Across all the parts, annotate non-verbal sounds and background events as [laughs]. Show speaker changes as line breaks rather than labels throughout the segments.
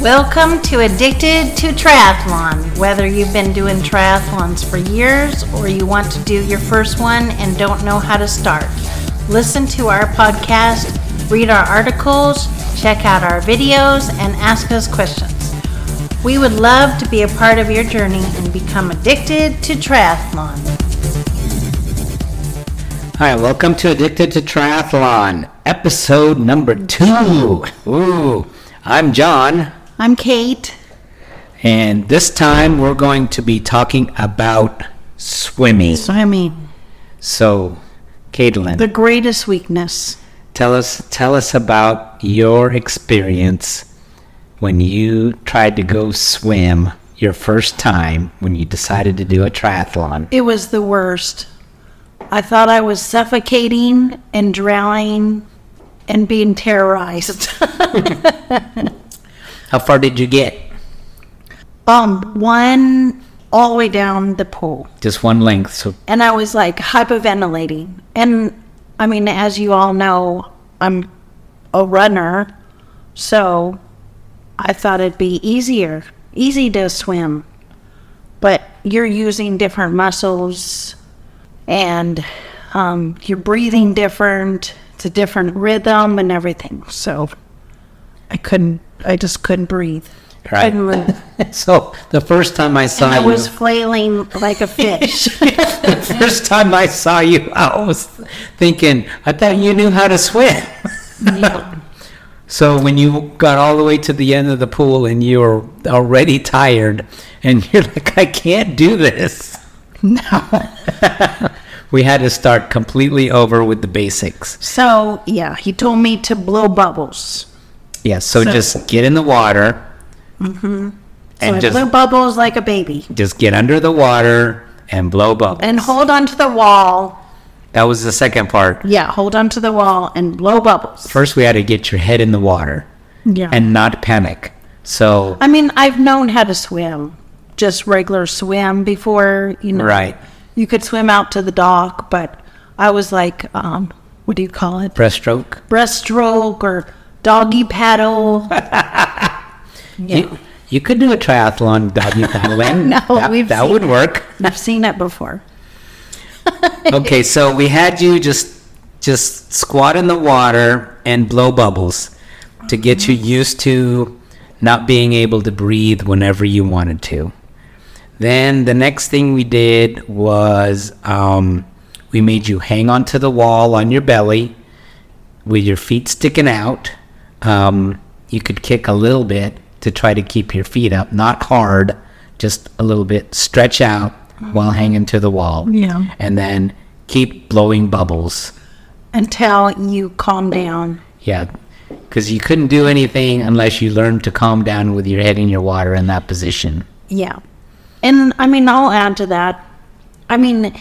Welcome to Addicted to Triathlon. Whether you've been doing triathlons for years or you want to do your first one and don't know how to start, listen to our podcast, read our articles, check out our videos, and ask us questions. We would love to be a part of your journey and become addicted to triathlon.
Hi, welcome to Addicted to Triathlon, episode number two. Ooh, I'm John,
I'm Kate.
and this time we're going to be talking about swimming.
So, I mean,
So, Caitlin,
the greatest weakness.
tell us tell us about your experience when you tried to go swim your first time when you decided to do a triathlon.
It was the worst. I thought I was suffocating and drowning and being terrorized. [laughs]
How far did you get?
um, one all the way down the pool.
Just one length, so
And I was like hyperventilating. And I mean, as you all know, I'm a runner. So I thought it'd be easier, easy to swim. But you're using different muscles and um, you're breathing different. It's a different rhythm and everything. So I couldn't, I just couldn't breathe.
right.
Couldn't move.
[laughs] So the first time I saw
I
you,
was flailing like a fish.
the first time I saw you, I was thinking, I thought you knew how to swim. so when you got all the way to the end of the pool and you were already tired, and [laughs] you're like, I can't do this.
no.
[laughs] We had to start completely over with the basics.
So yeah, he told me to blow bubbles.
Yeah, so,
So- Mm-hmm.
just get in the water
So I
and just
blew bubbles like a baby
just get under the water and blow bubbles.
and hold onto the wall.
that was the second part.
Yeah, hold onto the wall and blow bubbles.
First, we had to get your head in the water
Yeah.
and not panic. So
I mean, I've known how to swim, just regular swim before. You know,
Right.
You could swim out to the dock, but I was like, um, what do you call it?
breaststroke.
Breaststroke or doggy
[laughs]
paddle.
You, you could do a triathlon doggy paddling.
[laughs] No,
that,
we've
that
seen
would work.
I've seen it before.
Okay, so we had you just just squat in the water and blow bubbles to get you used to not being able to breathe whenever you wanted to. Then the next thing we did was um, we made you hang onto the wall on your belly with your feet sticking out. Um, you could kick a little bit to try to keep your feet up, not hard, just a little bit. Stretch out while hanging to the wall.
Yeah.
And then keep blowing bubbles.
Until you calm down.
Yeah. Because you couldn't do anything unless you learned to calm down with your head in your water in that position.
Yeah. And I mean, I'll add to that. I mean,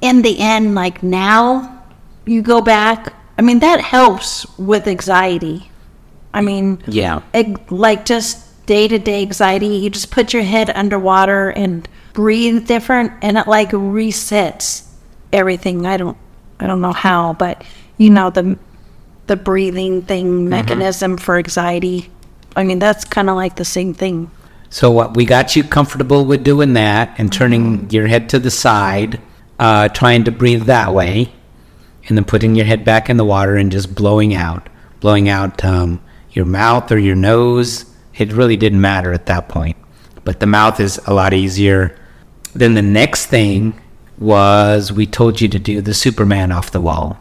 in the end, like now, you go back. I mean, that helps with anxiety. I mean,
Yeah.
ex- like just day to day anxiety, you just put your head underwater and breathe different, and it like resets everything. I don't, I don't know how, but you know the the breathing thing mechanism for anxiety. I mean, that's kind of like the same thing.
So what we got you comfortable with doing that and turning your head to the side, uh, trying to breathe that way, and then putting your head back in the water and just blowing out, blowing out um, your mouth or your nose. It really didn't matter at that point, but the mouth is a lot easier. Then the next thing was we told you to do the Superman off the wall.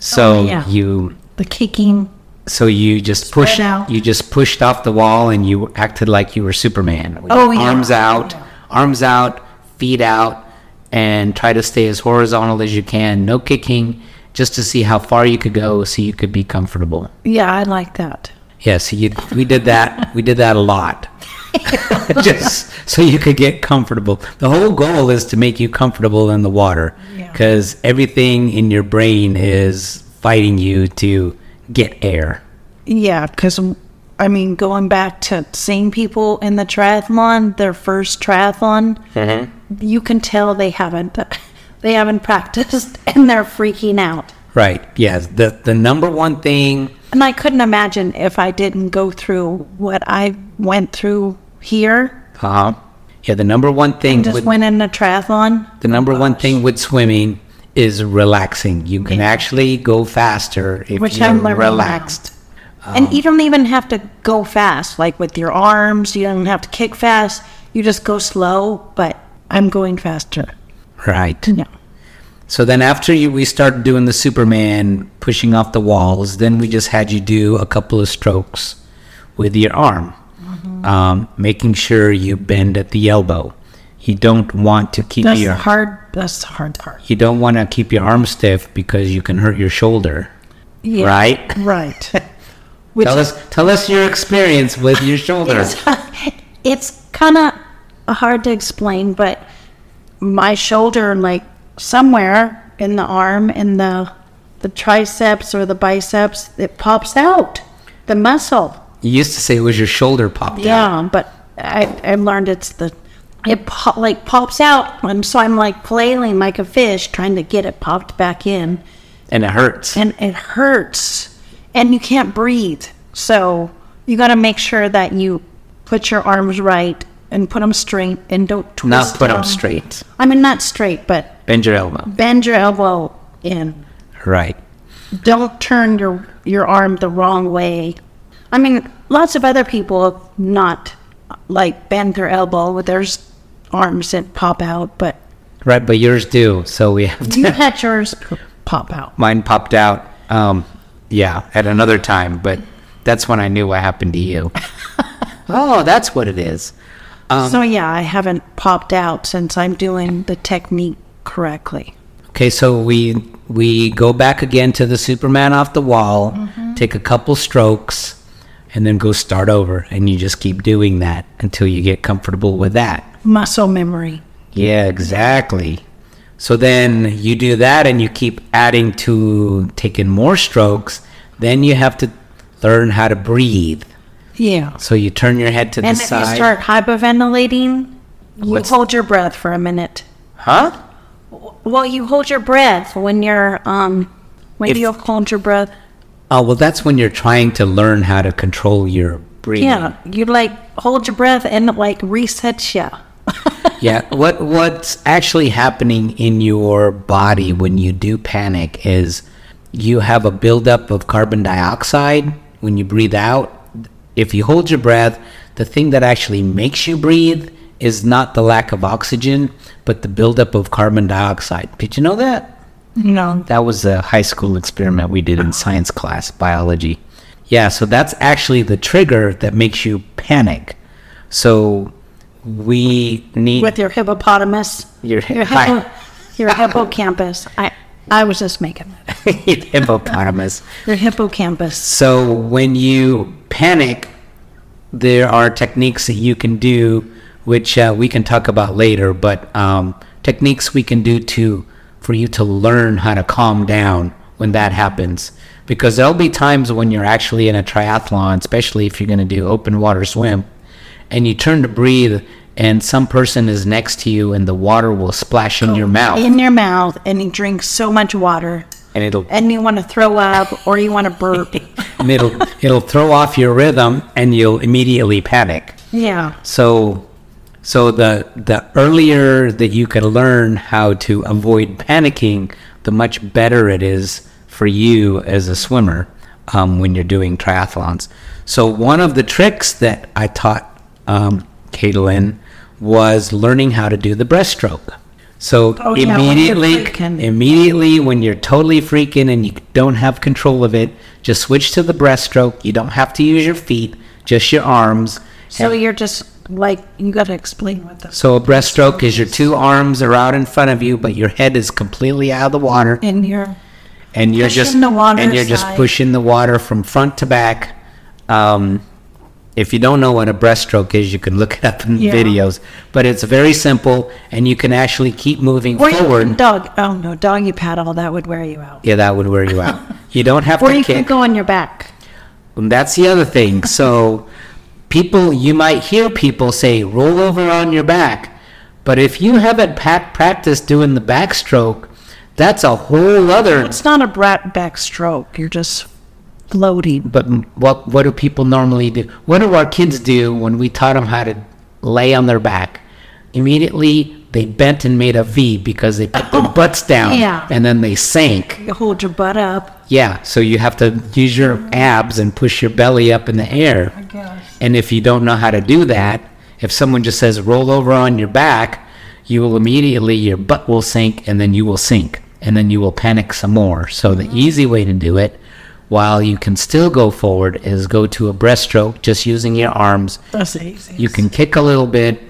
So
yeah.
you
The kicking.
so you just pushed
out.
you just pushed off the wall and you acted like you were Superman. with
Oh, yeah.
Arms out, arms out, feet out, and try to stay as horizontal as you can. No kicking, just to see how far you could go, so you could be comfortable.
Yeah, I like that.
Yeah, so you, we did that. We did that a lot. [laughs] Just so you could get comfortable. The whole goal is to make you comfortable in the water
Yeah.
because everything in your brain is fighting you to get air.
Yeah, because I mean, going back to seeing people in the triathlon, their first triathlon,
Mm-hmm.
[laughs] you can tell they haven't they haven't practiced and they're freaking out.
Right. Yeah. The the number one thing.
And I couldn't imagine if I didn't go through what I went through here.
Uh huh. Yeah. The number one thing.
Just
with-
went in a triathlon.
The number one thing with swimming is relaxing. You can actually go faster if
Which
you're
I'm learning now.
relaxed. Um,
and you don't even have to go fast, like with your arms. You don't have to kick fast. You just go slow, but I'm going faster.
Right.
Yeah.
So then after you, we started doing the Superman pushing off the walls, then we just had you do a couple of strokes with your arm,
Mm-hmm.
um, making sure you bend at the elbow. You don't want to keep
That's
your
the hard. That's the hard part.
you don't want to keep your arm stiff because you can hurt your shoulder,
Yeah. [laughs]
right?
Right. Which
Tell us tell us your experience with your shoulder.
[laughs] it's kind of hard to explain, but my shoulder, like somewhere in the arm, in the the triceps or the biceps, it pops out the muscle.
You used to say it was your shoulder popped out.
Yeah, but I I learned it's the it pop, like pops out, and so I'm like flailing like a fish trying to get it popped back in,
and it hurts.
and it hurts, and you can't breathe. So you got to make sure that you put your arms right and put them straight and don't twist.
Not put them
them.
straight.
I mean, not straight, but
Bend your elbow.
bend your elbow in.
Right.
Don't turn your your arm the wrong way. I mean, lots of other people have not like bend their elbow with their s- arms that pop out, but
Right, but yours do. So we have to,
you had yours p- pop out.
[laughs] mine popped out. Um, yeah, at another time, but that's when I knew what happened to you. [laughs] oh, that's what it is. Um,
so yeah, I haven't popped out since I'm doing the technique correctly.
Okay, so we we go back again to the Superman off the wall, take a couple strokes, and then go start over. And you just keep doing that until you get comfortable with that.
Muscle memory.
Yeah, exactly. So then you do that and you keep adding to taking more strokes. Then you have to learn how to breathe.
Yeah.
So you turn your head to
And
the
if
side.
you start hyperventilating, you
What's-
hold your breath for a minute.
huh?
Well, you hold your breath when you're um when
If-
you hold your breath.
Oh, well, that's when you're trying to learn how to control your breathing.
Yeah, you like hold your breath and it, like resets you. [laughs]
yeah. What What's actually happening in your body when you do panic is you have a buildup of carbon dioxide when you breathe out. If you hold your breath, the thing that actually makes you breathe is not the lack of oxygen, but the buildup of carbon dioxide. Did you know that?
No.
That was a high school experiment we did in science class, biology. Yeah, so that's actually the trigger that makes you panic. So we need
With your hippopotamus.
Your hi- [laughs]
your, hippo, your hippocampus. I I was just making that.
hippopotamus.
Your hippocampus.
So when you panic, there are techniques that you can do, which uh, we can talk about later. But um, techniques we can do to for you to learn how to calm down when that happens, because there'll be times when you're actually in a triathlon, especially if you're going to do open water swim, and you turn to breathe, and some person is next to you, and the water will splash in your mouth,
In your mouth and you drink so much water
and it'll
and you want to throw up or you want to burp.
[laughs] and it'll it'll throw off your rhythm, and you'll immediately panic.
yeah.
So, so the the earlier that you can learn how to avoid panicking, the much better it is for you as a swimmer um, when you're doing triathlons. So one of the tricks that I taught um, Caitlin was learning how to do the breaststroke. So
Oh, yeah, when you're
immediately,
freaking.
immediately when you're totally freaking and you don't have control of it, just switch to the breaststroke. You don't have to use your feet, just your arms.
So you're just like you got to explain what the
So a breaststroke is your two arms are out in front of you, but your head is completely out of the water,
in your
and you're
Pushing
just
the water
and you're just
side.
pushing the water from front to back. Um, if you don't know what a breaststroke is, you can look it up in
Yeah.
videos. But it's very simple, and you can actually keep moving
or you
forward.
can dog. Oh no, doggy paddle that would wear you out.
yeah, that would wear you out. you don't have
Or
to
you
kick.
can go on your back.
And that's the other thing. So, people, you might hear people say, roll over on your back. But if you haven't pat- practiced doing the backstroke, That's a whole other.
It's not a brat back stroke. You're just floating.
But m- what what do people normally do? What do our kids do when we taught them how to lay on their back? Immediately they bent and made a V because they put their butts down
Yeah.
and then they sank.
You hold your butt up.
Yeah, so you have to use your abs and push your belly up in the air.
guess.
And if you don't know how to do that, if someone just says roll over on your back, you will immediately your butt will sink and then you will sink and then you will panic some more. So the easy way to do it while you can still go forward is go to a breaststroke just using your arms.
That's easy.
You can kick a little bit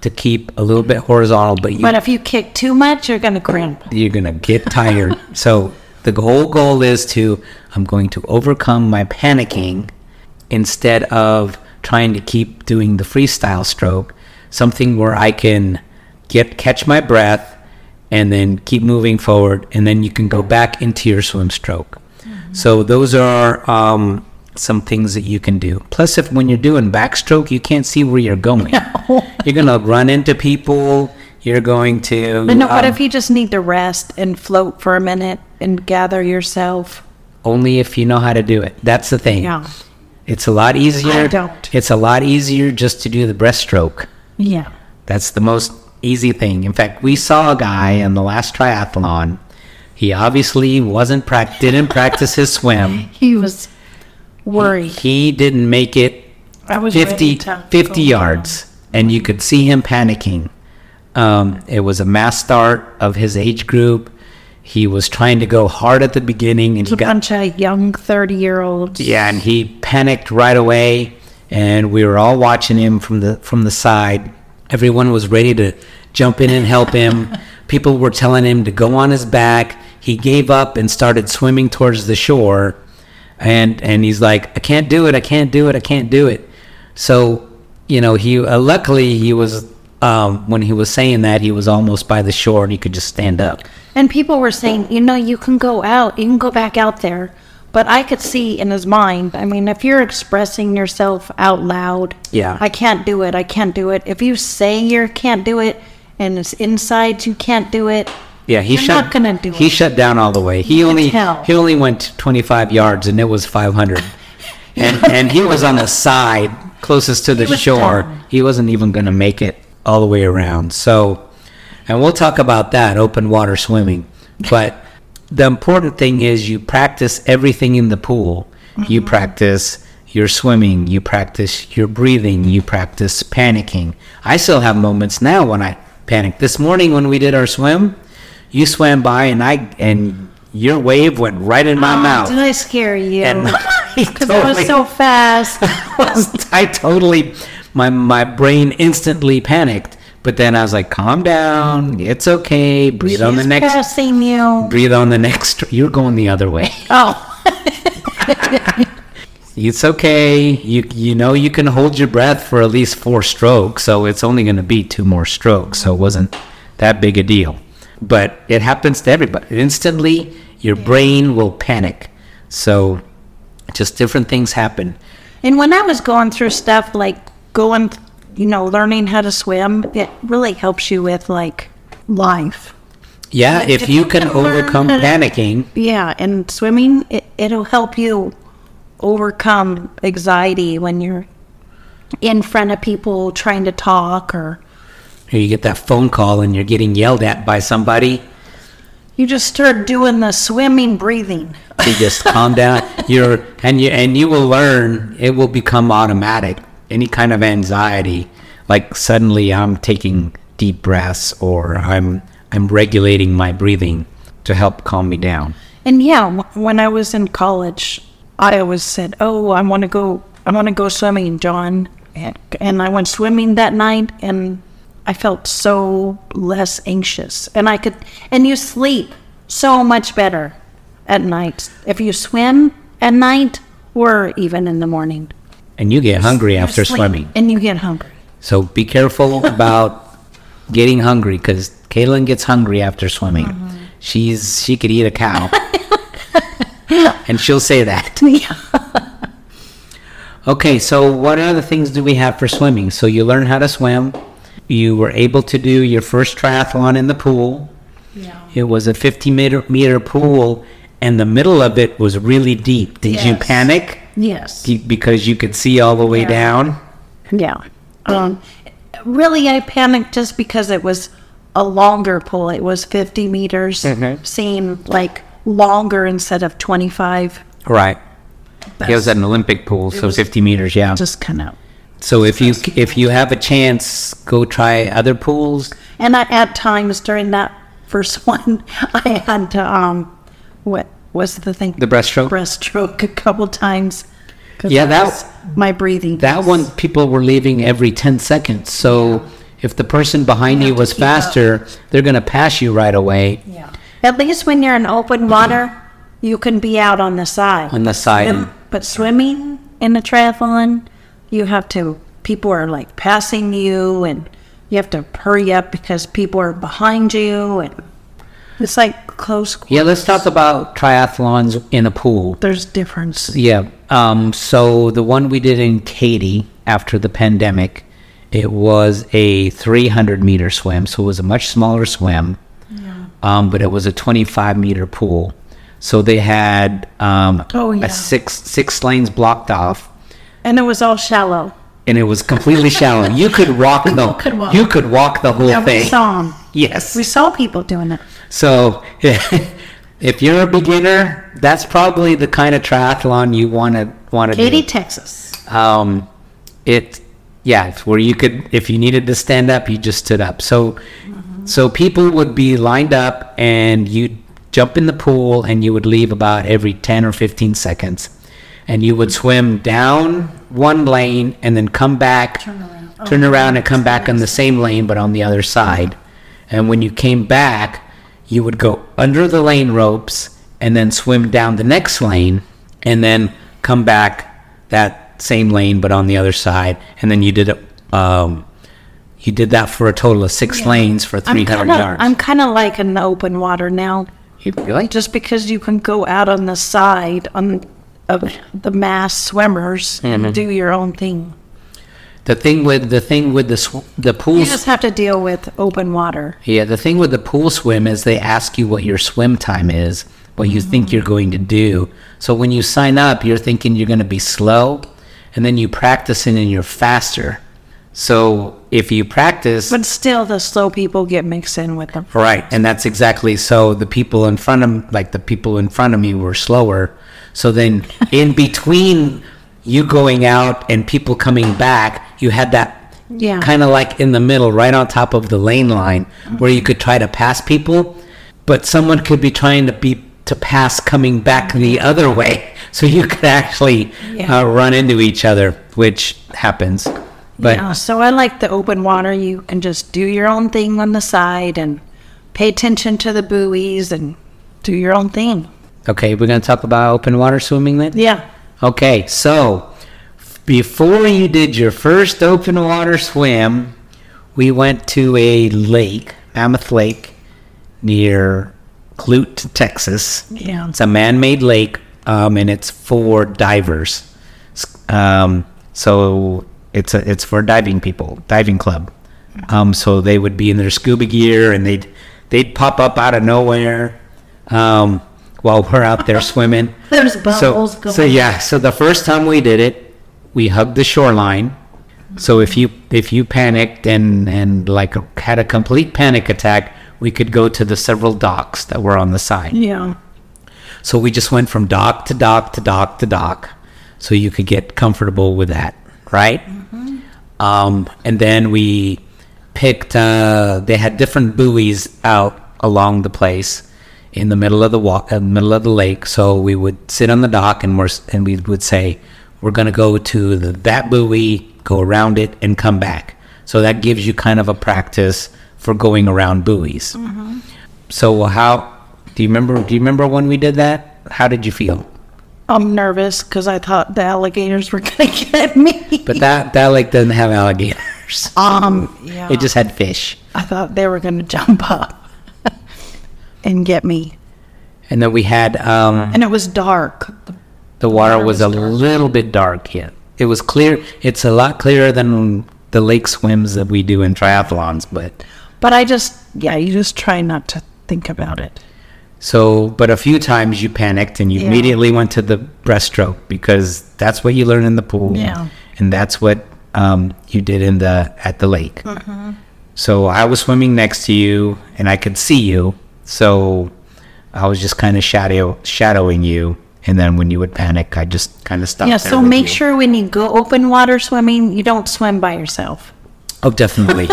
to keep a little bit horizontal, but you
But if you kick too much, you're going to cramp.
you're gonna get
[laughs]
tired. so the whole goal is to I'm going to overcome my panicking instead of trying to keep doing the freestyle stroke, something where I can get catch my breath and then keep moving forward, and then you can go back into your swim stroke.
Mm-hmm.
So those are um, some things that you can do. Plus, if when you're doing backstroke, you can't see where
[laughs]
you're going. You're gonna run into people. You're going to.
But no, what
um,
if you just need to rest and float for a minute and gather yourself?
only if you know how to do it. That's the thing.
Yeah.
It's a lot easier.
I don't.
It's a lot easier just to do the breaststroke.
Yeah.
That's the most easy thing. In fact, we saw a guy in the last triathlon. He obviously wasn't prac- didn't practice his swim.
He was [laughs] worried.
He didn't make it
I was
50, 50 yards, and you could see him panicking. Um, it was a mass start of his age group. He was trying to go hard at the beginning, and
It's a
he got
bunch of young 30 year olds.
Yeah, and he panicked right away, and we were all watching him from the from the side. Everyone was ready to jump in and help him. People were telling him to go on his back. He gave up and started swimming towards the shore, and and he's like, "I can't do it! I can't do it! I can't do it!" So, you know, he uh, luckily he was um, when he was saying that he was almost by the shore and he could just stand up.
And people were saying, you know, you can go out, you can go back out there. But I could see in his mind, I mean, if you're expressing yourself out loud,
Yeah.
I can't do it, I can't do it. If you say you can't do it and it's inside you can't do it,
Yeah, he
You're
shut.
not gonna do
he
it.
shut down all the way. He only
tell.
he only went 25 yards, and it was 500.
[laughs]
and and he was on the side closest to the
was
shore.
done.
He wasn't even going to make it all the way around. So, and we'll talk about that open water swimming. But the important thing is you practice everything in the pool. You
Mm-hmm.
practice your swimming. You practice your breathing. You practice panicking. I still have moments now when I panic. This morning when we did our swim, you swam by and I and your wave went right in my mouth.
Oh, did I scare you? [laughs]
And [laughs] I
Because I
totally-
was so fast.
was- [laughs] I totally, my my brain instantly panicked. But then I was like, "Calm down, it's okay. Breathe on the
She's
next.
passing you.
Breathe on the next. [laughs] You're going the other way.
Oh,
It's okay. You you know you can hold your breath for at least four strokes. So it's only going to be two more strokes. So it wasn't that big a deal. But it happens to everybody. Instantly, your brain will panic. So just different things happen.
and when I was going through stuff like going, you know, learning how to swim, it really helps you with like life.
Yeah, if
if
you
you
can
can learn
overcome
how to-
panicking.
Yeah, and swimming, it, it'll help you overcome anxiety when you're in front of people trying to talk or
Or you get that phone call and you're getting yelled at by somebody.
you just start doing the swimming breathing.
You just calm down. You're and you and you will learn. It will become automatic. Any kind of anxiety, like suddenly I'm taking deep breaths or I'm I'm regulating my breathing to help calm me down.
And yeah, wh- when I was in college, I always said, "Oh, I want to go. I want to go swimming, John." And- And I went swimming that night, and I felt so less anxious. And I could, and you sleep so much better at night if you swim at night or even in the morning.
And you get hungry
You
after
sleep
swimming.
and you get hungry. [laughs]
So be careful about getting hungry because Kaylin gets hungry after swimming. She's she could eat a cow, and she'll say that.
Yeah.
Okay, so what other things do we have for swimming? So you learn how to swim. You were able to do your first triathlon in the pool.
yeah.
It was a 50 meter, meter pool, and the middle of it was really deep. Did you
Yes.
panic
Yes.
Be- because you could see all the way
Yeah.
down?
Yeah. Um, really, I panicked just because it was a longer pool. It was 50 meters,
Mhm.
seemed like longer instead of 25.
Right.
But
It was an Olympic pool, so 50 meters, yeah.
just kind of.
So if you if you have a chance, go try other pools.
And I, at times during that first [laughs] one, I had to, um, what was the thing?
The breaststroke.
breaststroke a couple times. 'cause
Yeah, that-
was my breathing.
That one, people were leaving every 10 seconds. So if the person behind you was faster, they're going to pass you right away
Yeah. At least when you're in open water, you can be out on the side.
on the side.
Swim- but swimming in a triathlon, you have to, people are like passing you and you have to hurry up because people are behind you and it's like close.
Yeah, let's talk about triathlons in a pool.
There's difference.
Yeah. Um, so the one we did in Katy after the pandemic, it was a 300 meter swim. So it was a much smaller swim, um, but it was a 25 meter pool. So they had um,
Oh, yeah.
a six six lanes blocked off,
And it was all shallow.
and it was completely shallow. You could walk the
[laughs] could walk.
you could walk the whole
And we
thing.
saw 'em.
Yes.
We saw people doing it.
So [laughs] if you're a beginner, that's probably the kind of triathlon you want to want to do.
Katy, Texas.
um, it yeah it's where you could if you needed to stand up you just stood up so
Mm-hmm.
so people would be lined up and you'd jump in the pool and you would leave about every 10 or 15 seconds and you would swim down one lane and then come back turn around,
Oh,
and come back on the same lane but on the other side and when you came back you would go under the lane ropes and then swim down the next lane and then come back that same lane but on the other side and then you did it um, you did that for a total of six lanes for
I'm
300
kind of
yards
I'm kind of like in the open water now.
You- really
Just because you can go out on the side on of the mass swimmers and do your own thing,
the thing with the thing with the sw- the
you
pool
just have to deal with open water.
Yeah, the thing with the pool swim is they ask you what your swim time is, what you think you're going to do. So when you sign up, you're thinking you're going to be slow, and then you practice it and you're faster. So if you practice,
But still, the slow people get mixed in with them.
right, and that's exactly so. The people in front of like the people in front of me were slower. So then in between you going out and people coming back, you had that
Yeah.
kind of like in the middle, right on top of the lane line, where you could try to pass people, but someone could be trying to be to pass coming back the other way, [laughs] so you could actually
Yeah.
uh, run into each other, which happens. But
Yeah, so I like the open water. You can just do your own thing on the side and pay attention to the buoys and do your own thing.
okay, we're gonna talk about open water swimming then.
Yeah.
Okay, so before you did your first open water swim, we went to a lake, Mammoth Lake, near Clute, Texas.
Yeah.
It's a man made lake um, and it's for divers. S- Um, so it's, a, it's for diving people, diving club. Um, so they would be in their scuba gear and they'd, they'd pop up out of nowhere um, while we're out there swimming
There's
so, so yeah so the first time we did it we hugged the shoreline so if you if you panicked and and like had a complete panic attack we could go to the several docks that were on the side
Yeah.
so we just went from dock to dock to dock to dock so you could get comfortable with that right um, and then we picked uh, they had different buoys out along the place in the middle of the walk in the middle of the lake so we would sit on the dock and we're s- and we would say we're going to go to the, that buoy go around it and come back so that gives you kind of a practice for going around buoys so how do you remember? Do you remember when we did that? How did you feel?
I'm nervous because I thought the alligators were [laughs] going to get me.
But that that lake doesn't have [laughs] alligators.
um, yeah.
It just had fish.
I thought they were going to jump up [laughs] and get me.
And then we had um,
And it was dark.
the water was a little bit dark here. It was clear. It's a lot clearer than the lake swims that we do in triathlons. But
But I just, yeah, you just try not to think about it.
So, but a few times you panicked and you
Yeah.
immediately went to the breaststroke because that's what you learn in the pool,
Yeah.
and that's what um, you did in the at the lake.
Mm-hmm.
So I was swimming next to you and I could see you, so I was just kind of shadow shadowing you, and then when you would panic, I just kind of stopped.
Yeah,
there
so
with
make
you.
sure when you go open water swimming, you don't swim by yourself.
Oh,
[laughs]
definitely.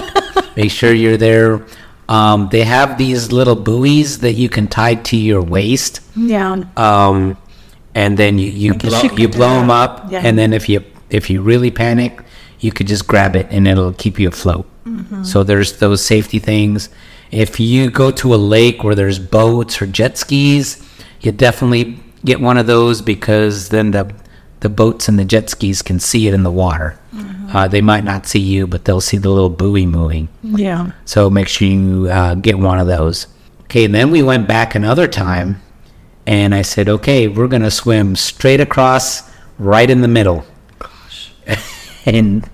Make sure you're there. Um, they have these little buoys that you can tie to your waist,
Yeah.
um, and then you you
guess
blow,
you could
you
do
blow them
that.
up,
Yeah.
and then if you if you really panic, you could just grab it and it'll keep you afloat. So there's those safety things. If you go to a lake where there's boats or jet skis, you definitely get one of those because then the the boats and the jet skis can see it in the water. Uh, they might not see you, but they'll see the little buoy moving.
Yeah.
So make sure you uh, get one of those. Okay, and then we went back another time, and I said, okay, we're going to swim straight across, right in the middle. [laughs] and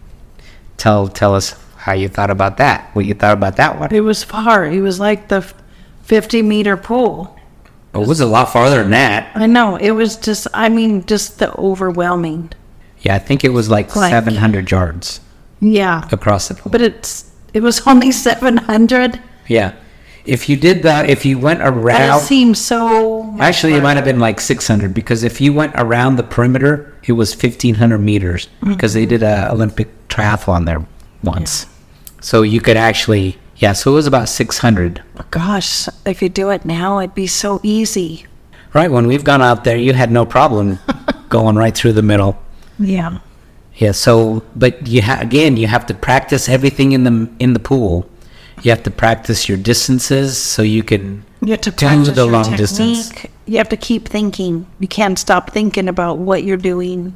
tell tell us how you thought about that. What you thought about that one?
It was far. It was like the 50 meter pool.
It was a lot farther than that.
I know. It was just, I mean, just the overwhelming.
Yeah, I think it was like,
Like-
700 yards
Yeah.
across the pool.
But it's, it was only 700.
yeah, if you did that, if you went
That
around,
seems so. much
Actually, it
farther.
might have been like 600 because if you went around the perimeter, it was 1500 meters because they did a Olympic triathlon there once. So you could actually, yeah. So it was about 600.
Gosh, if you do it now, it'd be so easy.
Right when we've gone out there, you had no problem going right through the middle.
Yeah.
Yeah. So, but you ha- again, you have to practice everything in the in the pool. You have to practice your distances so you can
You have to
Do
practice
the
your
long
technique.
distance.
You have to keep thinking. You can't stop thinking about what you're doing.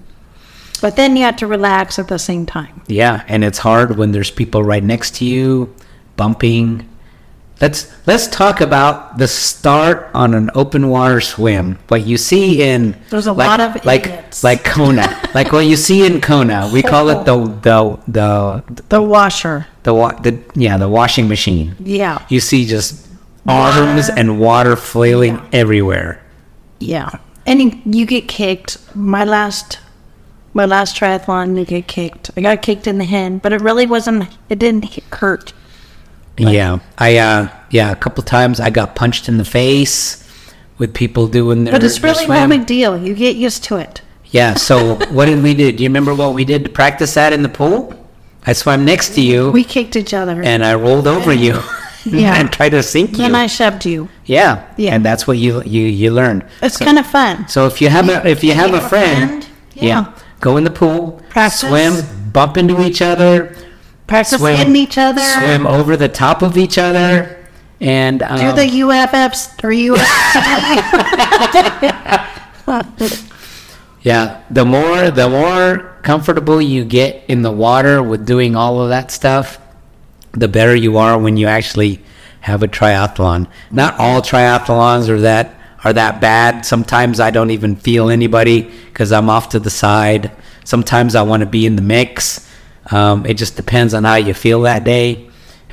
But then you have to relax at the same time.
Yeah, and it's hard when there's people right next to you bumping. Let's let's talk about the start on an open water swim. What you see in
There's a
like-
lot of
like
idiots.
like Kona,
[laughs]
like what you see in Kona. We call it the the the
The washer.
the, wa- the yeah the washing machine.
Yeah.
You see just arms and water flailing everywhere.
Yeah. And you, you get kicked. My last my last triathlon, you get kicked. I got kicked in the hand, but it really wasn't it didn't h- hurt.
yeah, I uh yeah a couple times I got punched in the face with people doing their
But it's
their
really no
swim.
big deal. You get used to it.
Yeah, so what did we do? Do you remember what we did to practice that in the pool? I swam next to you
We kicked each other.
and I rolled over you
[laughs] Yeah.
and tried to sink you.
then I shoved you.
yeah.
Yeah.
And that's what you you you learned.
It's kind of fun.
So if you have a if you have a friend, yeah.
yeah.
go in the pool,
Practice.
swim, bump into each other,
Practice
swim-
hitting each other.
swim over the top of each other, and um,
Do the UFFs or
[laughs]
UFFs?
Yeah, the more the more comfortable you get in the water with doing all of that stuff, the better you are when you actually have a triathlon. Not all triathlons are that are that bad. Sometimes I don't even feel anybody because I'm off to the side. Sometimes I want to be in the mix. Um, it just depends on how you feel that day.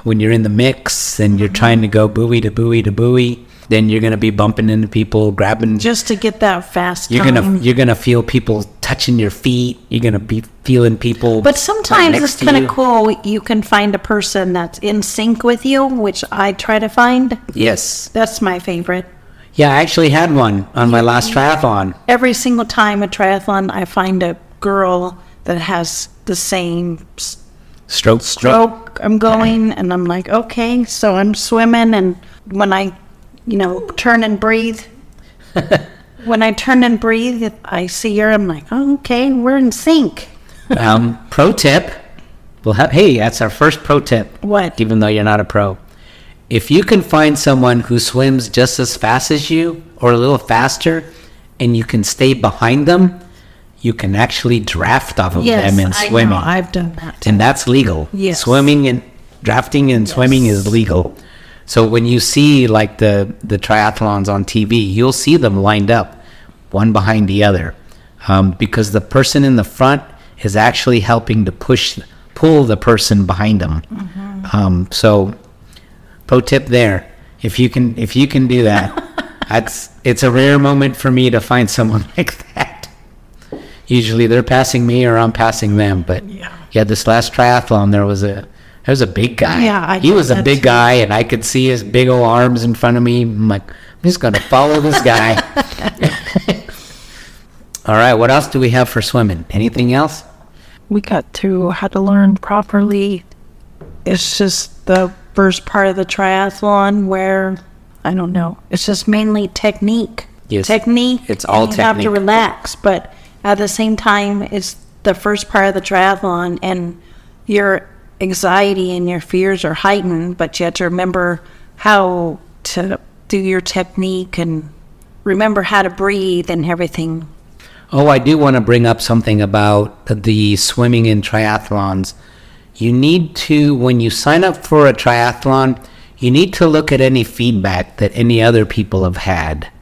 When you're in the mix and you're trying to go buoy to buoy to buoy, then you're gonna be bumping into people, grabbing
Just to get that fast
you're
time.
gonna you're gonna feel people touching your feet. You're gonna be feeling people.
but
right
sometimes
next
it's
to
kind
you.
of cool. You can find a person that's in sync with you, which I try to find.
Yes.
That's my favorite.
Yeah, I actually had one on my last triathlon.
Every single time a triathlon, I find a girl that has the same s-
Stroke,
stroke I'm going, and I'm like, okay, so I'm swimming, and when I, you know, turn and
[laughs]
breathe, when I turn and breathe, if I see her, I'm like, oh, okay, we're in sync.
Um, pro tip. Well, have, hey, that's our first pro tip.
What?
Even though you're not a pro, if you can find someone who swims just as fast as you or a little faster, and you can stay behind them, you can actually draft off of them in
I know,
swimming.
I've done that.
and that's legal.
Yes.
Swimming and drafting and swimming is legal. So when you see like the the triathlons on TV, you'll see them lined up, one behind the other, um, because the person in the front is actually helping to push pull the person behind them. Um, so, pro tip there: If you can, if you can
[laughs]
do that, that's it's a rare moment for me to find someone [laughs] like that. Usually they're passing me or I'm passing them, but
Yeah.
yeah, this last triathlon there was a there was a big guy.
Yeah, I
he was a
did that
big
too.
guy, and I could see his big old arms in front of me. I'm like, I'm just gonna follow this
[laughs]
guy. [laughs] All right, what else do we have for swimming? Anything else?
we got to how to learn properly. It's just the first part of the triathlon where I don't know. It's just mainly technique.
Yes.
Technique.
It's all
and You have to
technique.
relax, but at the same time, it's the first part of the triathlon, and your anxiety and your fears are heightened. But you have to remember how to do your technique and remember how to breathe and everything.
Oh, I do want to bring up something about the swimming in triathlons. You need to, when you sign up for a triathlon, you need to look at any feedback that any other people have had.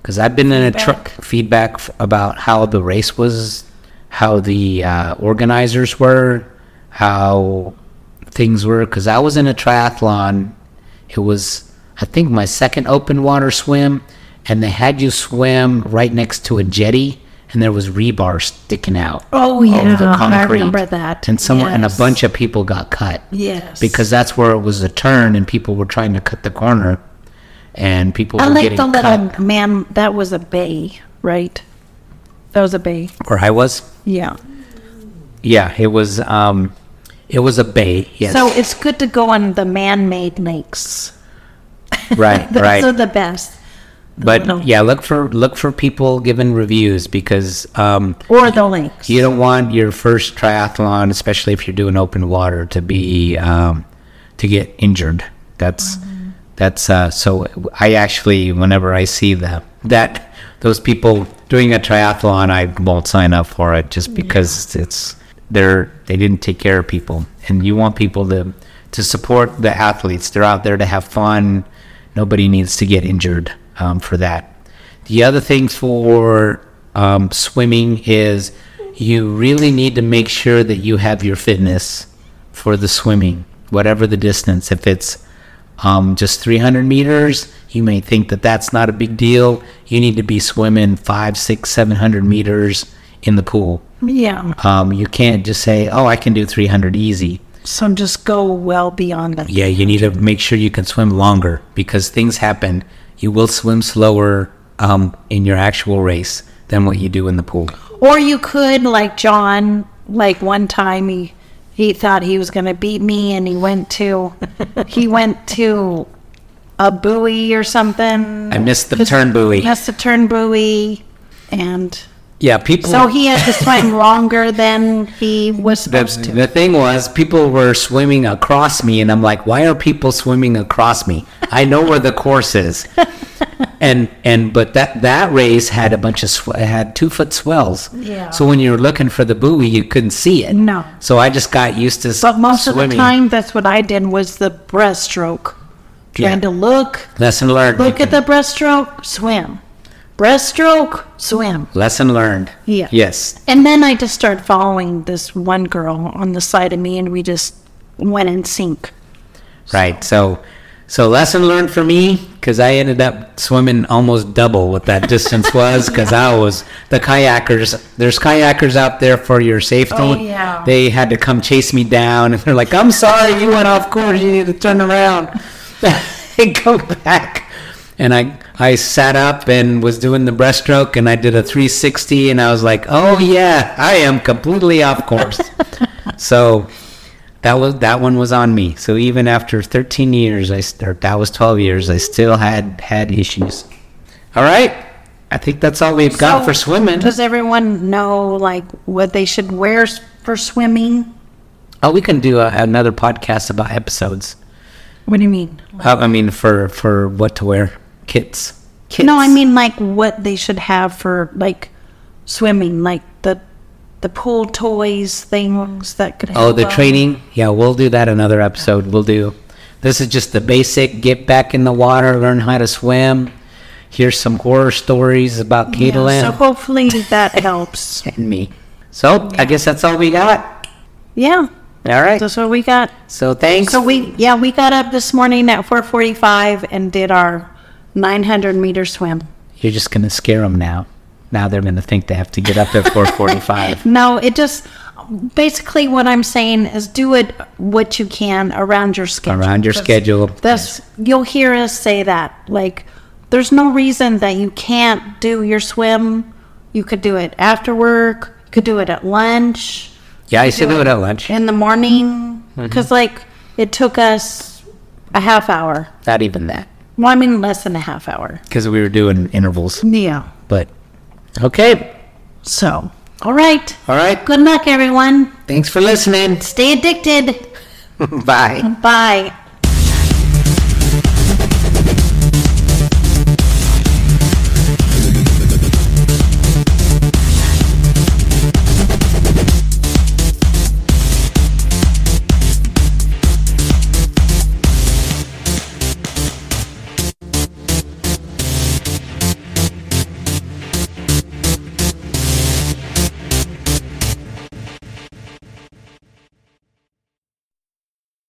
Because I've been in a truck feedback f- about how the race was, how the uh, organizers were, how things were. Because I was in a triathlon it was I think my second open water swim, and they had you swim right next to a jetty, and there was rebar sticking out.
Oh
of the
I
concrete.
remember that.
And someone and a
Yes.
bunch of people got cut
Yes.
because that's where it was a turn, and people were trying to cut the corner, and people
I
were
like
getting
the little
cut.
man. That was a bay, right? That was a bay.
Or I was.
Yeah.
Yeah, it was. Um, it was a bay. Yes.
So it's good to go on the man-made lakes.
right.
Those
right.
are [laughs] the best.
but
little-
yeah, look for look for people giving reviews because um,
Or the lakes.
You don't want your first triathlon, especially if you're doing open water, to be um, to get injured. That's that's uh, so. I actually, whenever I see the that those people doing a triathlon, I won't sign up for it just because it's they're they didn't take care of people, and you want people to to support the athletes. They're out there to have fun. Nobody needs to get injured um, for that. The other thing for um, swimming is you really need to make sure that you have your fitness for the swimming, whatever the distance. If it's um, just 300 meters, you may think that that's not a big deal. You need to be swimming five, six, 700 meters in the pool.
Yeah.
Um, you can't just say, oh, I can do 300 easy.
So just go well beyond that.
Yeah, you need to make sure you can swim longer because things happen. You will swim slower um, in your actual race than what you do in the pool.
Or you could, like John, like one time he he thought he was going to beat me, and he went to
[laughs]
he went to a buoy or something.
I missed the turn buoy.
Must have turned buoy, and
Yeah, people.
So he had to swim [laughs] longer than he was
the,
supposed to.
the thing was, people were swimming across me, and I'm like, why are people swimming across me? I know where the
[laughs]
course is. And and but that that race had a bunch of sw- had two foot swells.
Yeah.
So when you were looking for the buoy, you couldn't see it.
No.
So I just got used to.
But most of the
swimming.
time, that's what I did was the breaststroke. Trying
Yeah.
to look,
Lesson learned.
look at the breaststroke, swim. Breaststroke, swim.
Lesson learned.
Yeah.
Yes.
And then I just started following this one girl on the side of me, and we just went in sync.
Right. So, so lesson learned for me because I ended up swimming almost double what that distance was because I was the kayakers. There's kayakers out there for your safety.
Oh, yeah.
They had to come chase me down and they're like, "I'm sorry, you went off course. You need to turn around [laughs] and go back." And I I sat up and was doing the breaststroke and I did a 360 and I was like, "Oh yeah, I am completely
[laughs]
off course." so that was that one was on me. So even after 13 years, I st- or that was 12 years, I still had had issues. All right, I think that's all we've got
So,
for swimming.
Does everyone know like what they should wear s- for swimming?
Oh, we can do a, another podcast about episodes.
What do you mean?
Uh, I mean, for for what to wear, kits. Kits.
No, I mean like what they should have for like swimming, like the the pool toys things that could.
Oh,
help
the
out.
training. Yeah, we'll do that another episode. We'll do. This is just the basic. Get back in the water. Learn how to swim. Here's some horror stories about
Yeah,
Caitlin
so
[laughs]
hopefully that helps.
and me. So I guess that's all we got.
Yeah.
All right.
That's what we got.
So thanks.
So we, yeah, we got up this morning at 4:45 and did our 900 meter swim.
You're just gonna scare them now. Now they're gonna think they have to get [laughs] up at 4:45.
No, it just basically what I'm saying is do it what you can around your schedule.
Around your schedule.
That's you'll hear us say that. Like there's no reason that you can't do your swim. You could do it after work, you could do it at lunch,
Yeah, I used to do it at lunch.
in the morning cuz like it took us a half hour.
Not even that,
Well, I mean less than a half hour.
because we were doing intervals.
Yeah.
But okay,
So, all right.
all right.
Good luck everyone.
Thanks for listening.
Stay addicted.
[laughs] Bye.
Bye.